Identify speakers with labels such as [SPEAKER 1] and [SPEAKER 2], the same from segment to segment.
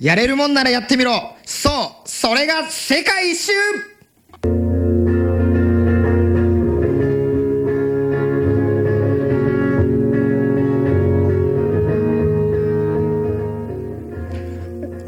[SPEAKER 1] やれるもんならやってみろそうそれが世界一周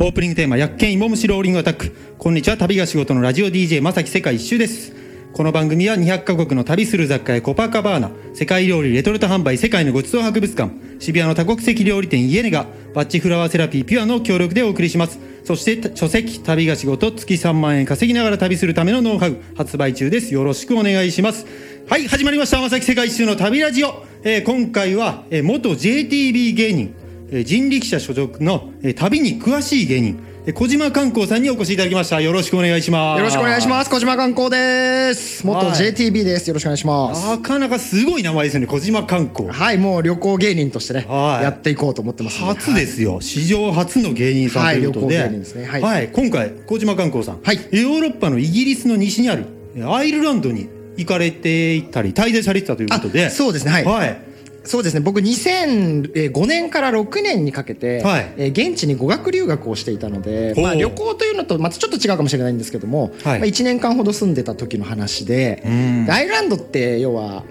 [SPEAKER 2] オープニングテーマ「薬犬芋虫ローリングアタック」こんにちは旅が仕事のラジオ DJ まさき世界一周ですこの番組は200カ国の旅する雑貨屋コパカバーナ世界料理レトルト販売世界のごちそう博物館渋谷の多国籍料理店イエネがバッチフラワーセラピーピュアの協力でお送りしますそして書籍旅が仕事月3万円稼ぎながら旅するためのノウハウ発売中ですよろしくお願いしますはい始まりましたまさき世界一周の旅ラジオ、えー今回は、えー元 JTB 芸人えー人力車所属のえー旅に詳しい芸人えー小島観光さんにお越しいただきましたよろしくお願いします
[SPEAKER 1] よろしくお願いします小島観光です元
[SPEAKER 2] はい
[SPEAKER 1] JTB ですよろしくお願いします
[SPEAKER 2] なかなかすごい名前ですね小島観光
[SPEAKER 1] はいもう旅行芸人としてね
[SPEAKER 2] はい
[SPEAKER 1] やっていこうと思ってますん
[SPEAKER 2] 初ですよ、史上初の芸人さんということで,、
[SPEAKER 1] はい旅行芸人ですねはい
[SPEAKER 2] 今回小島観光さん、
[SPEAKER 1] はい
[SPEAKER 2] ヨーロッパのイギリスの西にあるえーアイルランドに行かれていたり滞在されてたということで
[SPEAKER 1] あそうですねはい
[SPEAKER 2] はい、
[SPEAKER 1] そうですね僕2005年から6年にかけて、
[SPEAKER 2] はい
[SPEAKER 1] えー現地に語学留学をしていたので、まあ、
[SPEAKER 2] おう
[SPEAKER 1] 旅行というのとまたちょっと違うかもしれないんですけども、
[SPEAKER 2] はい
[SPEAKER 1] まあ、1年間ほど住んでた時の話で
[SPEAKER 2] うん
[SPEAKER 1] でアイルランドって要は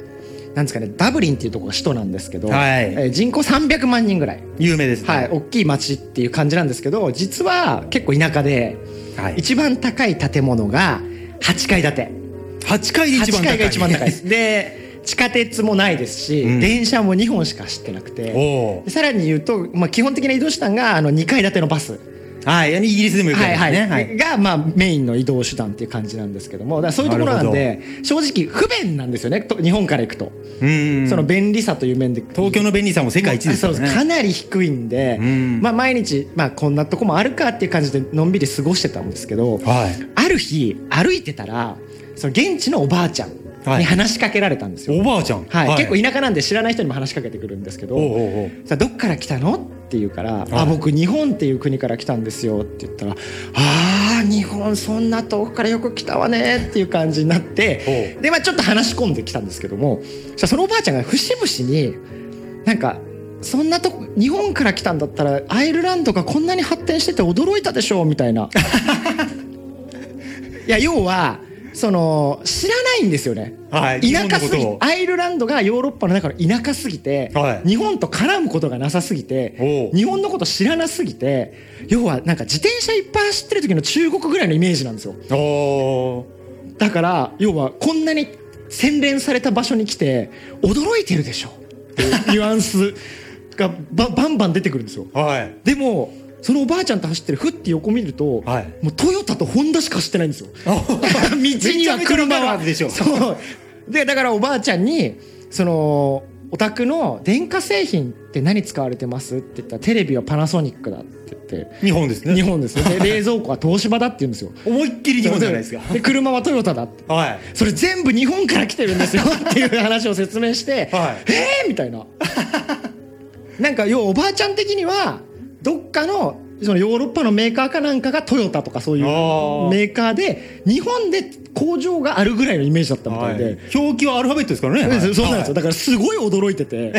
[SPEAKER 1] なんですかねダブリンっていうところが首都なんですけど、
[SPEAKER 2] はい
[SPEAKER 1] えー人口300万人ぐらい、
[SPEAKER 2] 有名ですね
[SPEAKER 1] はい、大きい町っていう感じなんですけど実は結構田舎で、
[SPEAKER 2] はい
[SPEAKER 1] 一番高い建物が8階建て。
[SPEAKER 2] 8階で一番高い
[SPEAKER 1] 8階が一番高いで
[SPEAKER 2] お
[SPEAKER 1] す で地下鉄もないですし、
[SPEAKER 2] うん
[SPEAKER 1] 電車も2本しか走ってなくて
[SPEAKER 2] お
[SPEAKER 1] でさらに言うと、まあ、基本的な移動手段があの2階建てのバス、
[SPEAKER 2] はいイギリスでも行か
[SPEAKER 1] は
[SPEAKER 2] れ
[SPEAKER 1] い
[SPEAKER 2] てま
[SPEAKER 1] は
[SPEAKER 2] す
[SPEAKER 1] い
[SPEAKER 2] ね、はい
[SPEAKER 1] が、まあ、メインの移動手段っていう感じなんですけどもだからそういうところなんで正直不便なんですよねと日本から行くと、
[SPEAKER 2] うん
[SPEAKER 1] その便利さという面で
[SPEAKER 2] 東京の便利さも世界一ですから
[SPEAKER 1] そうか
[SPEAKER 2] ね。
[SPEAKER 1] なり低いんで、
[SPEAKER 2] うん
[SPEAKER 1] まあ、毎日、まあ、こんなとこもあるかっていう感じでのんびり過ごしてたんですけど、
[SPEAKER 2] はい。
[SPEAKER 1] ある日歩いてたらその現地のおばあちゃん
[SPEAKER 2] はい
[SPEAKER 1] に話しかけられたんですよ、
[SPEAKER 2] おばあちゃん。
[SPEAKER 1] はい結構田舎なんで知らない人にも話しかけてくるんですけど
[SPEAKER 2] おうおうおう
[SPEAKER 1] さあどっから来たのって言うから「
[SPEAKER 2] は
[SPEAKER 1] あ
[SPEAKER 2] い
[SPEAKER 1] 僕日本っていう国から来たんですよ」って言ったら「あー日本そんな遠くからよく来たわね」っていう感じになって
[SPEAKER 2] お
[SPEAKER 1] でまあちょっと話し込んできたんですけどもそしたらそのおばあちゃんが節々になんかそんなとこ日本から来たんだったらアイルランドがこんなに発展してて驚いたでしょみたい ないや要はその知らないんですよね
[SPEAKER 2] はい。
[SPEAKER 1] 田舎すぎ
[SPEAKER 2] 日本のことを
[SPEAKER 1] アイルランドがヨーロッパの中の田舎すぎて、
[SPEAKER 2] はい
[SPEAKER 1] 日本と絡むことがなさすぎて
[SPEAKER 2] おう
[SPEAKER 1] 日本のこと知らなすぎて要はなんか自転車いっぱい走ってる時の中国ぐらいのイメージなんですよ
[SPEAKER 2] お
[SPEAKER 1] だから要はこんなに洗練された場所に来て驚いてるでしょっていうニュアンスがばバンバン出てくるんですよ
[SPEAKER 2] ーはい。
[SPEAKER 1] でもそのおばあちゃんと走ってるふって横見ると、
[SPEAKER 2] はい
[SPEAKER 1] もうトヨタとホンダしか走ってないんですよ 道には
[SPEAKER 2] めちゃめちゃわ
[SPEAKER 1] 車
[SPEAKER 2] かる
[SPEAKER 1] は
[SPEAKER 2] はずでしょ
[SPEAKER 1] そうでだからおばあちゃんにそのお宅の電化製品って何使われてますって言ったらテレビはパナソニックだって言って
[SPEAKER 2] 日本ですね。
[SPEAKER 1] 日。本ですねで冷蔵庫は東芝だって言うんですよ
[SPEAKER 2] 思いっきり 日本じゃないですか。
[SPEAKER 1] で車はトヨタだって
[SPEAKER 2] はい。
[SPEAKER 1] それ全部日本から来てるん ですよっていう話を説明して、
[SPEAKER 2] はい
[SPEAKER 1] えーみたいな なんか要はおばあちゃん的にはどっかのそのヨーロッパのメーカーかなんかがトヨタとかそういう
[SPEAKER 2] あー
[SPEAKER 1] メーカーで日本で工場があるぐらいのイメージだったみたいで、
[SPEAKER 2] はい。表記はアルファベットですからね。
[SPEAKER 1] そうですそうなんですよ、
[SPEAKER 2] は
[SPEAKER 1] だからすごい驚いて て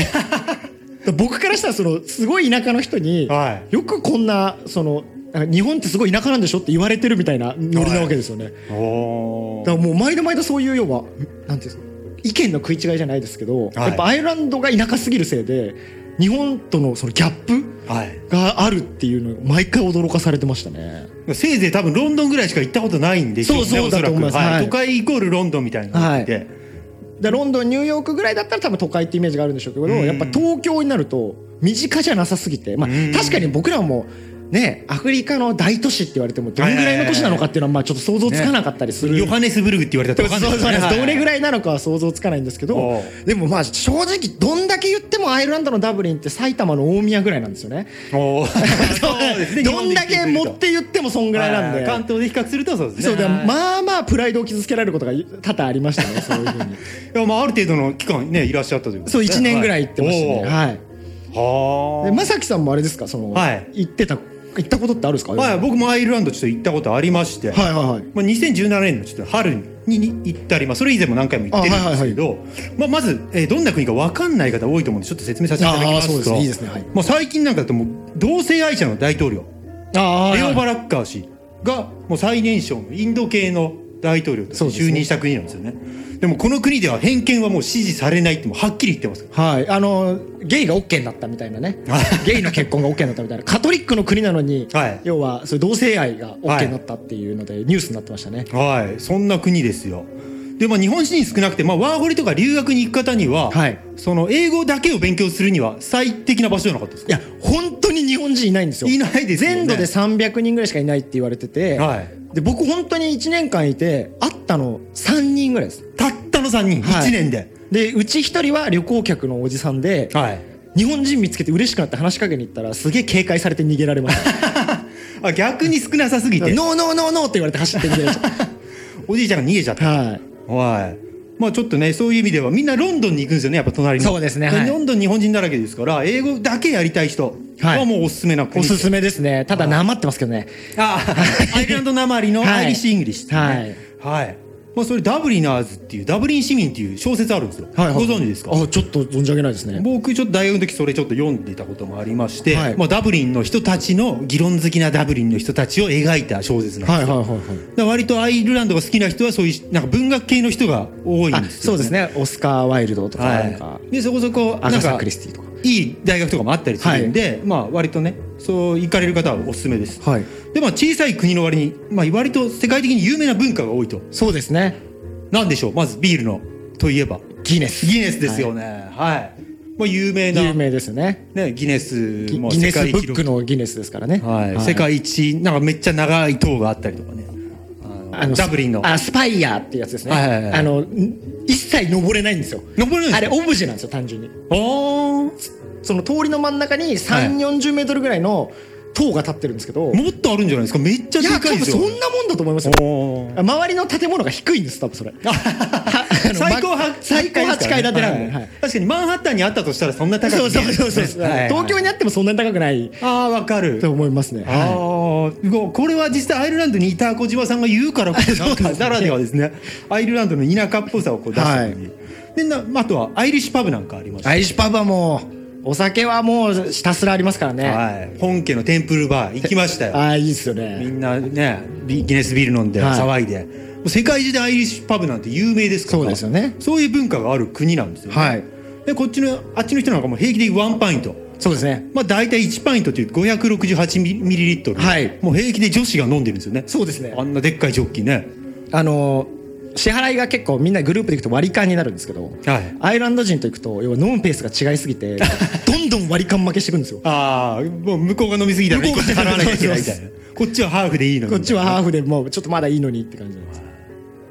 [SPEAKER 1] 僕からしたらそのすごい田舎の人に、
[SPEAKER 2] は
[SPEAKER 1] よくこんなそのなんか日本ってすごい田舎なんでしょって言われてるみたいなノリなわけですよね。
[SPEAKER 2] い。お
[SPEAKER 1] だ
[SPEAKER 2] ー
[SPEAKER 1] からもう毎度毎度そういう要はなんていうんですか意見の食い違いじゃないですけど、
[SPEAKER 2] はい
[SPEAKER 1] やっぱアイルランドが田舎すぎるせいで日本とのそのギャップ
[SPEAKER 2] はい。
[SPEAKER 1] があるっていうのを毎回驚かされてましたね。
[SPEAKER 2] せいぜい多分ロンドンぐらいしか行ったことないんでしょね
[SPEAKER 1] そうそう
[SPEAKER 2] おらく
[SPEAKER 1] だと思いますは
[SPEAKER 2] はいい。都会イコールロンドンみたいなので。
[SPEAKER 1] でロンドンニューヨークぐらいだったら多分都会ってイメージがあるんでしょうけど、
[SPEAKER 2] うん
[SPEAKER 1] やっぱ東京になると身近じゃなさすぎて、まあ
[SPEAKER 2] うん、
[SPEAKER 1] 確かに僕らもねアフリカの大都市って言われてもどれぐらいの都市なのかっていうのはまあちょっと想像つかなかったりする、
[SPEAKER 2] ヨハネスブルグって言われた ら
[SPEAKER 1] そうそうそうどれぐ
[SPEAKER 2] い
[SPEAKER 1] らいなのかは想像つかないんですけ
[SPEAKER 2] お
[SPEAKER 1] ど
[SPEAKER 2] う
[SPEAKER 1] でもまあ正直どんだけ言ってもアイルランドのダブリンって埼玉の大宮ぐらいなんですよね。
[SPEAKER 2] お ー そうですね
[SPEAKER 1] どんだけ持って言ってもそんぐらいなん
[SPEAKER 2] は
[SPEAKER 1] で。
[SPEAKER 2] 関東で比較するとそうですね
[SPEAKER 1] そうだ
[SPEAKER 2] はい
[SPEAKER 1] まあまあプライドを傷つけられることが多々ありましたねそういう ふうに
[SPEAKER 2] いやまあある程度の期間ねいらっしゃったということ
[SPEAKER 1] そう
[SPEAKER 2] ですね
[SPEAKER 1] 1年ぐらい行ってましたねはい
[SPEAKER 2] おー
[SPEAKER 1] で
[SPEAKER 2] は
[SPEAKER 1] まさきさんもあれですかその、
[SPEAKER 2] はい
[SPEAKER 1] 行ってた行ったことってあるんですか
[SPEAKER 2] あ、はい、
[SPEAKER 1] はい
[SPEAKER 2] 僕もアイルランドちょっと行ったことありまして、
[SPEAKER 1] はいはい
[SPEAKER 2] まあ、2017年のちょっと春にに行ったり、まあ、それ以前も何回も行ってるんですけど、まあ、まず、えーどんな国か分かんない方多いと思うんでちょっと説明させていただきま
[SPEAKER 1] あーそうです
[SPEAKER 2] すと
[SPEAKER 1] ねいいですねはい
[SPEAKER 2] もう最近なんかだともう同性愛者の大統領
[SPEAKER 1] あ
[SPEAKER 2] レオ・バラッカー氏がもう最年少のインド系の大統領として
[SPEAKER 1] そうですね
[SPEAKER 2] 就任した国なんですよねでもこの国では偏見はもう支持されないってもうはっきり言ってます
[SPEAKER 1] はい、あのゲイが OK になったみたいなねゲイの結婚が OK になったみたいなカトリックの国なのに、
[SPEAKER 2] はい
[SPEAKER 1] 要はそういう同性愛が
[SPEAKER 2] はい
[SPEAKER 1] OK になったっていうのでニュースになってましたね、
[SPEAKER 2] はいそんな国ですよでまあ日本人少なくて、まあ、ワーホリとか留学に行く方には、
[SPEAKER 1] はい
[SPEAKER 2] その英語だけを勉強するには最適な場所じゃなかったです
[SPEAKER 1] いや
[SPEAKER 2] か
[SPEAKER 1] 本当に日本人いないんですよ
[SPEAKER 2] いないですよ
[SPEAKER 1] 全
[SPEAKER 2] ね
[SPEAKER 1] 土で300人ぐらいしかいないって言われてて、
[SPEAKER 2] はい
[SPEAKER 1] で僕本当に1年間いて会ったの3人ぐらいです
[SPEAKER 2] たったの3人、
[SPEAKER 1] はい
[SPEAKER 2] 1年で
[SPEAKER 1] でうち1人は旅行客のおじさんで、
[SPEAKER 2] はい
[SPEAKER 1] 日本人見つけて嬉しくなって話しかけに行ったらすげえ警戒されて逃げられました
[SPEAKER 2] あ逆に少なさす
[SPEAKER 1] 「
[SPEAKER 2] ぎ
[SPEAKER 1] ノー
[SPEAKER 2] て
[SPEAKER 1] ノーノーノー」って言われて走って逃げられまし
[SPEAKER 2] おじいちゃんが逃げちゃった
[SPEAKER 1] たはい
[SPEAKER 2] はい。まあちょっとねそういう意味ではみんなロンドンに行くんですよねやっぱ隣の
[SPEAKER 1] そうですねはい
[SPEAKER 2] ロンドン日本人だらけですから英語だけやりたい人
[SPEAKER 1] はい
[SPEAKER 2] はもうおすすめな国
[SPEAKER 1] おすすめですねただなまってますけどね
[SPEAKER 2] あアイルランドなまりの
[SPEAKER 1] はい
[SPEAKER 2] アイリッシュ・イングリッシュですね
[SPEAKER 1] はい
[SPEAKER 2] はいまあ、それダブリナーズっていうダブリン市民っていう小説あるんですよ、ご存知ですか
[SPEAKER 1] あちょっと存じ上げないですね
[SPEAKER 2] 僕ちょっと大学の時それちょっと読んでたこともありまして、
[SPEAKER 1] はい
[SPEAKER 2] まあ、ダブリンの人たちの議論好きなダブリンの人たちを描いた小説なんですよ、
[SPEAKER 1] はいはいはいはい
[SPEAKER 2] だから割とアイルランドが好きな人はそういうなんか文学系の人が多いん
[SPEAKER 1] あ
[SPEAKER 2] です
[SPEAKER 1] そ
[SPEAKER 2] よ、ね、
[SPEAKER 1] うですねオスカー・ワイルドとかなんか、
[SPEAKER 2] はい、でそこそこ
[SPEAKER 1] ア
[SPEAKER 2] な
[SPEAKER 1] ガ
[SPEAKER 2] ん
[SPEAKER 1] サ・
[SPEAKER 2] か
[SPEAKER 1] クリスティとか
[SPEAKER 2] いい大学とかもあったりするんで、まあ割とねそう行かれる方はおすすめです、
[SPEAKER 1] はい
[SPEAKER 2] でまあ小さい国の割に、まあ、割と世界的に有名な文化が多いと
[SPEAKER 1] そうですね
[SPEAKER 2] なんでしょうまずビールのといえば
[SPEAKER 1] ギネス
[SPEAKER 2] ギネスですよねはい、まあ、有名な
[SPEAKER 1] 有名ですよね
[SPEAKER 2] ね、ギネス
[SPEAKER 1] ギ
[SPEAKER 2] も
[SPEAKER 1] ギネスブッ
[SPEAKER 2] 記
[SPEAKER 1] ク
[SPEAKER 2] 録
[SPEAKER 1] のギネスですからね
[SPEAKER 2] はい世界一なんかめっちゃ長い塔があったりとかねあのダブリンの
[SPEAKER 1] あスパイヤーっていうやつですね、
[SPEAKER 2] はいはいはい
[SPEAKER 1] あのん一切登れないんですよ
[SPEAKER 2] 登れない
[SPEAKER 1] あ
[SPEAKER 2] んで
[SPEAKER 1] れ
[SPEAKER 2] すか
[SPEAKER 1] オブジェなんですよ単純に
[SPEAKER 2] おー
[SPEAKER 1] その通りの真ん中に3 4 0メートルぐらいの塔が立ってるんですけど、い、
[SPEAKER 2] もっとあるんじゃないですかめっちゃで
[SPEAKER 1] や
[SPEAKER 2] か
[SPEAKER 1] 多
[SPEAKER 2] いで
[SPEAKER 1] 分
[SPEAKER 2] す
[SPEAKER 1] そ
[SPEAKER 2] よ
[SPEAKER 1] んなもんだと思いますよ
[SPEAKER 2] おー
[SPEAKER 1] 周りの建物が低いんです多分それ
[SPEAKER 2] 最高は
[SPEAKER 1] 最高8階建てなんで、はい
[SPEAKER 2] 確かにマンハッタンにあったとしたらそんな高く
[SPEAKER 1] そうそうそうそうそう、東京
[SPEAKER 2] に
[SPEAKER 1] にあってもそんなに高くない
[SPEAKER 2] ああわかる
[SPEAKER 1] と思いますね、
[SPEAKER 2] ああーこれは実際アイルランドにいた小島さんが言うからこそなんかならではですねアイルランドの田舎っぽさをこう出したのに、でなあとはアイリッシュパブなんかありました
[SPEAKER 1] アイシュパブはもうお酒はもうひたすらありますからね、
[SPEAKER 2] はい、本家のテンプルバー行きましたよ
[SPEAKER 1] ああいいですよ
[SPEAKER 2] み
[SPEAKER 1] ね
[SPEAKER 2] んなねビギネスビール飲んで
[SPEAKER 1] はい
[SPEAKER 2] 騒いで、もう世界中でアイリッシュパブなんて有名ですから
[SPEAKER 1] そうですよね
[SPEAKER 2] そういう文化がある国なんですよ、ね
[SPEAKER 1] はい
[SPEAKER 2] でこっちのあっちの人なんかもう平気でワンパイント
[SPEAKER 1] そうですね
[SPEAKER 2] まあ大体1パイントという568ミリリットル、
[SPEAKER 1] はい
[SPEAKER 2] もう平気で女子が飲んでるんですよね
[SPEAKER 1] そうですね
[SPEAKER 2] あんなでっかいジョッキね
[SPEAKER 1] あの支払いが結構みんなグループで行くと割り勘になるんですけど、
[SPEAKER 2] はい
[SPEAKER 1] アイルランド人と行くと要は飲むペースが違いすぎて どんどん割り勘負けしてくんですよ
[SPEAKER 2] ああもう向こうが飲みすぎたら
[SPEAKER 1] 向
[SPEAKER 2] 1
[SPEAKER 1] こ
[SPEAKER 2] 個
[SPEAKER 1] うが
[SPEAKER 2] 払わなきゃいけないみたいなこっちはハーフでいいのに
[SPEAKER 1] こっちはハーフでもうちょっとまだいいのにって感じなんです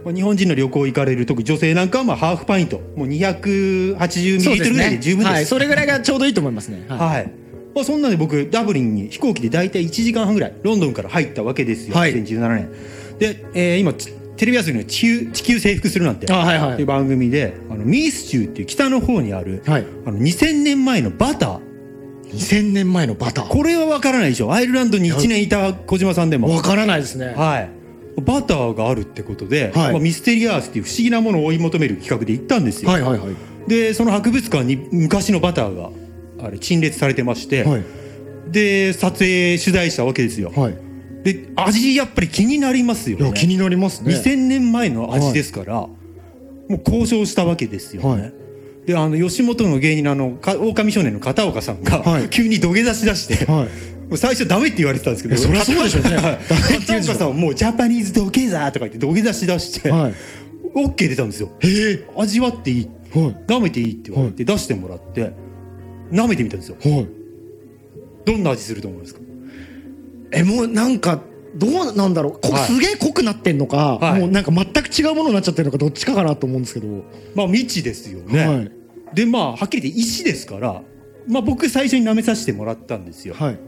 [SPEAKER 2] まあ日本人の旅行行かれる特に女性なんかはまあハーフパイントもう280ミリリットルぐらいで十分です
[SPEAKER 1] はい、それぐらいがちょうどいいと思いますね、は
[SPEAKER 2] はいまあ、そんなで僕ダブリンに飛行機で大体1時間半ぐらいロンドンから入ったわけですよ、
[SPEAKER 1] はい
[SPEAKER 2] 2017年で、えー今ちテレビ朝日の地球「地球征服するなんて」
[SPEAKER 1] あはいはい
[SPEAKER 2] っていう番組であのミース州っていう北の方にある、
[SPEAKER 1] はい
[SPEAKER 2] あの2000年前のバター
[SPEAKER 1] い、2000年前のバター
[SPEAKER 2] これは分からないでしょアイルランドに1年いた小島さんでも
[SPEAKER 1] わからないですね
[SPEAKER 2] はいバターがあるってことで、
[SPEAKER 1] はい
[SPEAKER 2] まあミステリアースっていう不思議なものを追い求める企画で行ったんですよ、
[SPEAKER 1] はいはいはい
[SPEAKER 2] でその博物館に昔のバターがあれ陳列されてまして、
[SPEAKER 1] はい
[SPEAKER 2] で撮影取材したわけですよ、
[SPEAKER 1] はい
[SPEAKER 2] で味やっぱり気になりますよ
[SPEAKER 1] いや
[SPEAKER 2] ね
[SPEAKER 1] 気になりますね
[SPEAKER 2] 2000年前の味ですから、もう交渉したわけですよね、
[SPEAKER 1] はい
[SPEAKER 2] であの吉本の芸人のあのか狼少年の片岡さんが、
[SPEAKER 1] はい
[SPEAKER 2] 急に土下座しだして、
[SPEAKER 1] はい
[SPEAKER 2] もう最初ダメって言われてたんですけ
[SPEAKER 1] い
[SPEAKER 2] ど
[SPEAKER 1] やそりゃそうでしょうね
[SPEAKER 2] はい片岡さんはもうジャパニーズ土下座とか言って土下座しだして、
[SPEAKER 1] はい
[SPEAKER 2] OK 出たんですよ味わっていい
[SPEAKER 1] はい
[SPEAKER 2] 舐めていいって言われて出してもらって舐めてみたんですよ
[SPEAKER 1] はい
[SPEAKER 2] どんな味すると思いますか
[SPEAKER 1] えもうなんかどうなんだろうこ、
[SPEAKER 2] はい
[SPEAKER 1] すげえ濃くなってんのか、
[SPEAKER 2] はい
[SPEAKER 1] もうなんか全く違うものになっちゃってるのかどっちかかなと思うんですけど、
[SPEAKER 2] まあ未知ですよね、
[SPEAKER 1] はい
[SPEAKER 2] でまあはっきり言って石ですから、まあ、僕最初に舐めさせてもらったんですよ、
[SPEAKER 1] はい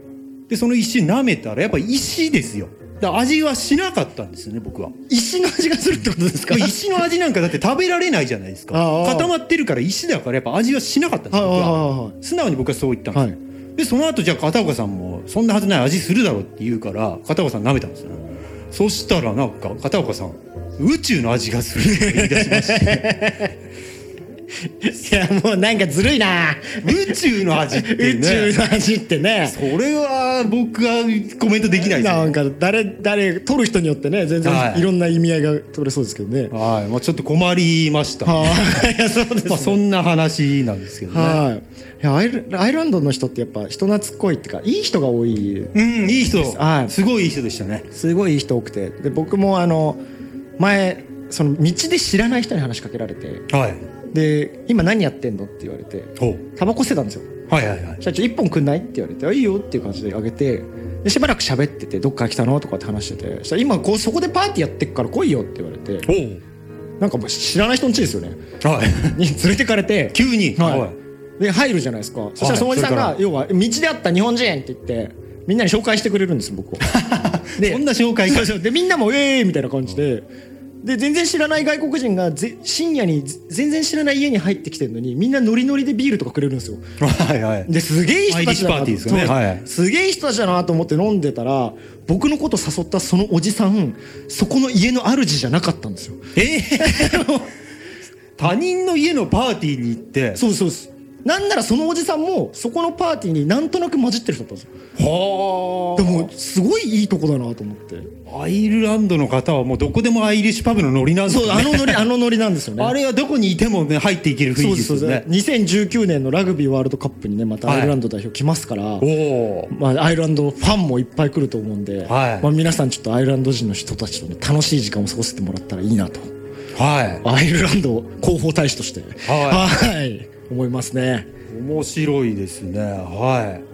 [SPEAKER 2] でその石舐めたらやっぱ石ですよだから味はしなかったんですよね 僕は
[SPEAKER 1] 石の味がするってことですか
[SPEAKER 2] でも石の味なんかだって食べられないじゃないです
[SPEAKER 1] あ
[SPEAKER 2] か
[SPEAKER 1] あ
[SPEAKER 2] 固まってるから石だからやっぱ味はしなかったんですよ僕は
[SPEAKER 1] は
[SPEAKER 2] 素直に僕はそう言ったん
[SPEAKER 1] いは
[SPEAKER 2] ですよ
[SPEAKER 1] いはいはい
[SPEAKER 2] でその後じゃあ片岡さんもそんなはずない味するだろうって言うから片岡さん舐めたんですよそした らなんか片岡さん宇宙の味がするって言い出しまして
[SPEAKER 1] いやもうなんかずるいな
[SPEAKER 2] 宇宙の味ってね
[SPEAKER 1] 宇宙の味ってね
[SPEAKER 2] それは僕はコメントできないですね
[SPEAKER 1] なんか誰誰取る人によってね全
[SPEAKER 2] は
[SPEAKER 1] 然
[SPEAKER 2] い
[SPEAKER 1] いろんな意味合いが取れそうですけどね
[SPEAKER 2] はい、まあ、ちょっと困りました、
[SPEAKER 1] はいいやそうですね
[SPEAKER 2] まあ、そんな話なんですけどね
[SPEAKER 1] はいいやアイルアイルランドの人ってやっぱ人懐っこいっていうかいい人が多い
[SPEAKER 2] うんいい人
[SPEAKER 1] はい
[SPEAKER 2] すごいいい人でしたね
[SPEAKER 1] すごいいい人多くてで僕もあの前その道で知らない人に話しかけられて
[SPEAKER 2] はい
[SPEAKER 1] で今何やってんのって言われて
[SPEAKER 2] ほ
[SPEAKER 1] タバコ吸ってたんですよ
[SPEAKER 2] うはいはいはい
[SPEAKER 1] 社長一本くんないって言われてあ「いいよ」っていう感じであげてでしばらく喋ってて「どっから来たの?」とかって話しててそしたら今こうそこでパーティーやってっから来いよ」って言われて
[SPEAKER 2] ほう
[SPEAKER 1] なんかもう知らない人の家ですよね
[SPEAKER 2] はい
[SPEAKER 1] に連れてかれて
[SPEAKER 2] 急に
[SPEAKER 1] はいで入るじゃないですかそしたらそのおじさんが
[SPEAKER 2] はい
[SPEAKER 1] 要は「道であった日本人」って言ってみんなに紹介してくれるんですよ僕をで
[SPEAKER 2] そんな紹介
[SPEAKER 1] そうそうでみんなも「えー!」みたいな感じで。で全然知らない外国人がぜ深夜にぜ全然知らない家に入ってきてるのにみんなノリノリでビールとかくれるんですよ
[SPEAKER 2] はいはい
[SPEAKER 1] ですげえいい人たちだな
[SPEAKER 2] アイリッシュパーティーですよ
[SPEAKER 1] そ
[SPEAKER 2] ね
[SPEAKER 1] う
[SPEAKER 2] はい
[SPEAKER 1] すげえいい人たちだなと思って飲んでたら僕のこと誘ったそのおじさんそこの家の主じゃなかったんですよ
[SPEAKER 2] えー 他人の家のパーティーに行って
[SPEAKER 1] そうですそうですなんならそのおじさんもそこのパーティーになんとなく混じってる人だったんですよ
[SPEAKER 2] は
[SPEAKER 1] でもすごいいいとこだなと思って
[SPEAKER 2] アイルランドの方はもうどこでもアイリッシュパブのノリなんです
[SPEAKER 1] そう
[SPEAKER 2] ね
[SPEAKER 1] あのノリあのノリなんですよね
[SPEAKER 2] あれはどこにいてもね入っていける雰囲
[SPEAKER 1] そう
[SPEAKER 2] 気
[SPEAKER 1] で
[SPEAKER 2] ですす
[SPEAKER 1] そ
[SPEAKER 2] よ
[SPEAKER 1] うです
[SPEAKER 2] ね
[SPEAKER 1] 2019年のラグビーワールドカップにねまた
[SPEAKER 2] は
[SPEAKER 1] ア
[SPEAKER 2] い
[SPEAKER 1] イルランド代表来ますから、
[SPEAKER 2] おお
[SPEAKER 1] まあ、アイルランドファンもいっぱい来ると思うんで、
[SPEAKER 2] はい
[SPEAKER 1] まあ、皆さんちょっとアイルランド人の人たちとね楽しい時間を過ごせてもらったらいいなと
[SPEAKER 2] は
[SPEAKER 1] アイルランド広報大使として
[SPEAKER 2] は
[SPEAKER 1] はい思いますね
[SPEAKER 2] い面白いですねはい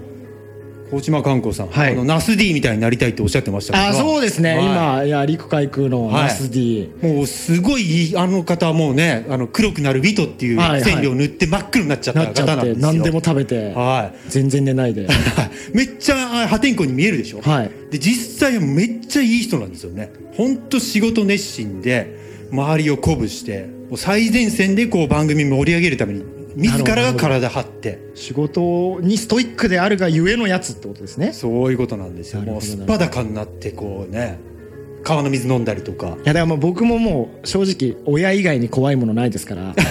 [SPEAKER 2] 高島観光さん、
[SPEAKER 1] はい
[SPEAKER 2] あのナス D みたいになりたいっておっしゃってましたけど
[SPEAKER 1] あそうですね、
[SPEAKER 2] はい
[SPEAKER 1] 今いや陸海空の
[SPEAKER 2] はい
[SPEAKER 1] ナス D、
[SPEAKER 2] もうすごいいいあの方はもうねあの黒くなるビトっていう
[SPEAKER 1] はいはい
[SPEAKER 2] 染料を塗って真っ黒になっちゃった
[SPEAKER 1] なっち
[SPEAKER 2] 方
[SPEAKER 1] ゃ
[SPEAKER 2] な
[SPEAKER 1] っ
[SPEAKER 2] んです
[SPEAKER 1] て
[SPEAKER 2] よ
[SPEAKER 1] 何でも食べて、
[SPEAKER 2] は
[SPEAKER 1] 全然寝ないで
[SPEAKER 2] い めっちゃあ破天荒に見えるでしょ
[SPEAKER 1] はい
[SPEAKER 2] で実際はめっちゃいい人なんですよねほんと仕事熱心で周りを鼓舞してもう最前線でこう番組盛り上げるために自らが体張って
[SPEAKER 1] 仕事にストイックであるがゆえのやつってことですね
[SPEAKER 2] そういうことなんですよ
[SPEAKER 1] なる
[SPEAKER 2] も
[SPEAKER 1] ほ
[SPEAKER 2] う
[SPEAKER 1] ど
[SPEAKER 2] すっぱだかになってこうね川の水飲んだりとか
[SPEAKER 1] いやだからもう僕ももう正直親以外に怖いものないですから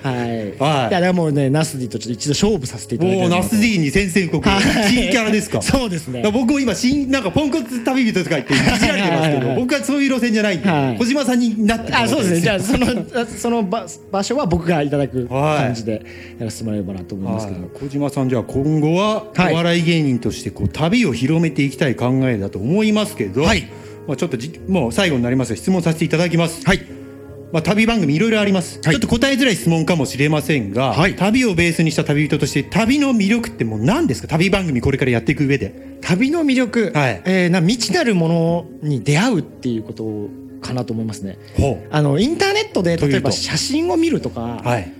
[SPEAKER 1] はい、い、やだからもうねナス D とちょっと一度勝負させていただき
[SPEAKER 2] も
[SPEAKER 1] た
[SPEAKER 2] う
[SPEAKER 1] いな
[SPEAKER 2] ナ
[SPEAKER 1] と
[SPEAKER 2] ス D に先制国
[SPEAKER 1] はい
[SPEAKER 2] 新キャラですか
[SPEAKER 1] そうですね
[SPEAKER 2] だから僕も今新なんかポンコツ旅人とか言っていじられてますけ
[SPEAKER 1] はいはいは
[SPEAKER 2] ど
[SPEAKER 1] い
[SPEAKER 2] 僕はそういう路線じゃないんで、
[SPEAKER 1] はい
[SPEAKER 2] 小島さんになってもら
[SPEAKER 1] あ
[SPEAKER 2] って
[SPEAKER 1] そうですねじゃ
[SPEAKER 2] よ
[SPEAKER 1] あそのあ その場場所は僕がいただく
[SPEAKER 2] はい
[SPEAKER 1] 感じでやらせてもらえればなと思いますけど、
[SPEAKER 2] はい小島さんじゃあ今後は
[SPEAKER 1] はい
[SPEAKER 2] お笑い芸人としてこう旅を広めていきたい考えだと思いますけど、
[SPEAKER 1] はい
[SPEAKER 2] まあ、ちょっとじもう最後になりますが質問させていただきます、
[SPEAKER 1] はい
[SPEAKER 2] まあ、旅番組いろいろあります、
[SPEAKER 1] はい
[SPEAKER 2] ちょっと答えづらい質問かもしれませんが、
[SPEAKER 1] はい
[SPEAKER 2] 旅をベースにした旅人として旅の魅力ってもう何ですか旅番組これからやっていく上で
[SPEAKER 1] 旅の魅力、
[SPEAKER 2] はい
[SPEAKER 1] えーな未知なるものに出会うっていうことかなと思いますね。
[SPEAKER 2] ほう
[SPEAKER 1] あのインターネットで
[SPEAKER 2] というと
[SPEAKER 1] 例えば写真を見るとか
[SPEAKER 2] はい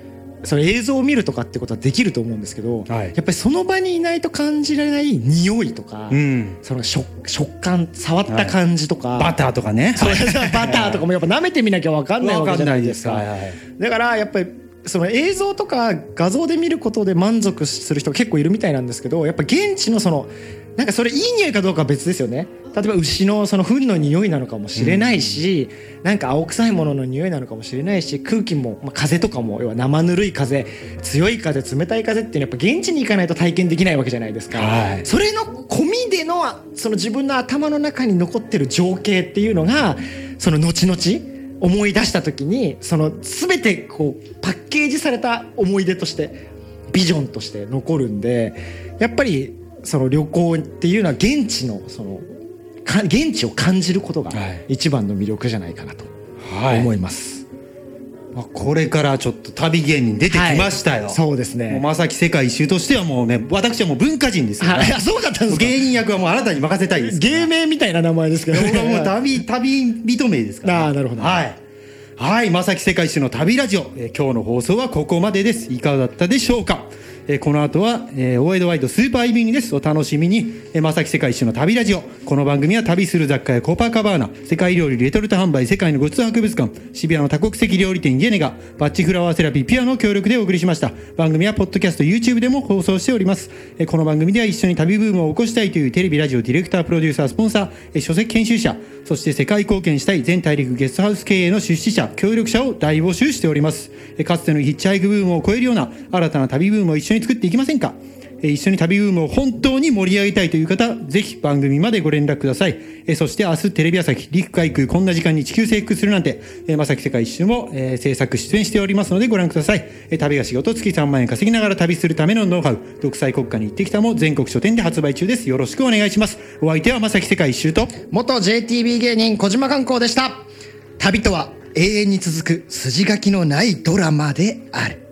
[SPEAKER 1] その映像を見るとかってことはできると思うんですけど、
[SPEAKER 2] はい
[SPEAKER 1] やっぱりその場にいないと感じられない匂いとか、
[SPEAKER 2] うん
[SPEAKER 1] その食食感触った感じとか、
[SPEAKER 2] バターとかね
[SPEAKER 1] それバターとかもやっぱ舐めてみなきゃ分かんない
[SPEAKER 2] わ
[SPEAKER 1] わ
[SPEAKER 2] か
[SPEAKER 1] けじゃ
[SPEAKER 2] んな
[SPEAKER 1] ないい
[SPEAKER 2] で
[SPEAKER 1] ですす
[SPEAKER 2] か
[SPEAKER 1] か。
[SPEAKER 2] はいはい
[SPEAKER 1] だからやっぱりその映像とか画像で見ることで満足する人が結構いるみたいなんですけどやっぱ現地のそのなんかそれいい匂いかどうかは別ですよね例えば牛のその糞の匂いなのかもしれないし、なんか青臭いものの匂いなのかもしれないし空気も、まあ、風とかも要は生ぬるい風強い風冷たい風っていうのはやっぱ現地に行かないと体験できないわけじゃないですか、
[SPEAKER 2] はい
[SPEAKER 1] それの込みでのその自分の頭の中に残ってる情景っていうのがその後々思い出した時にその全てこうパッケージされた思い出としてビジョンとして残るんでやっぱりその旅行っていうのは現地のそのか現地を感じることが
[SPEAKER 2] はい
[SPEAKER 1] 一番の魅力じゃないかなと
[SPEAKER 2] はい
[SPEAKER 1] 思います。
[SPEAKER 2] まあ、これからちょっと旅芸人出てきましたよ、
[SPEAKER 1] はいそうですね
[SPEAKER 2] もうまさき世界一周としてはもうね私はもう文化人ですから、
[SPEAKER 1] あいやそうだったんですか
[SPEAKER 2] 芸人役はもうあなたに任せたいです
[SPEAKER 1] 芸名みたいな名前ですけど
[SPEAKER 2] 僕はもう旅旅人名ですから、
[SPEAKER 1] あーなるほど
[SPEAKER 2] はいはいまさき世界一周の旅ラジオ、えー今日の放送はここまでですいかがだったでしょうかえーこの後は、えー、大江戸ワイドスーパーイビングですお楽しみに、えー、まさき世界一周の旅ラジオこの番組は旅する雑貨やコパカバーナ世界料理レトルト販売世界のごちそう博物館渋谷の多国籍料理店イエネガバッチフラワーセラピーピアノの協力でお送りしました番組はポッドキャスト YouTube でも放送しております、えーこの番組では一緒に旅ブームを起こしたいというテレビラジオディレクタープロデューサースポンサー、えー書籍研修者そして世界貢献したい全大陸ゲストハウス経営の出資者協力者を大募集しておりますえーかつてのヒッチハイクブームを超えるような新たな旅ブームを一緒に作っていきませんかえー一緒に旅ブームを本当に盛り上げたいという方、ぜひ番組までご連絡ください。えーそして明日テレビ朝日、陸海空こんな時間に地球征服するなんて、えーまさき世界一周も、えー制作出演しておりますのでご覧ください。えー旅が仕事、月3万円稼ぎながら旅するためのノウハウ、独裁国家に行ってきたも全国書店で発売中です。よろしくお願いします。お相手はまさき世界一周と、
[SPEAKER 1] 元 JTB 芸人小島観光でした旅とは永遠に続く筋書きのないドラマである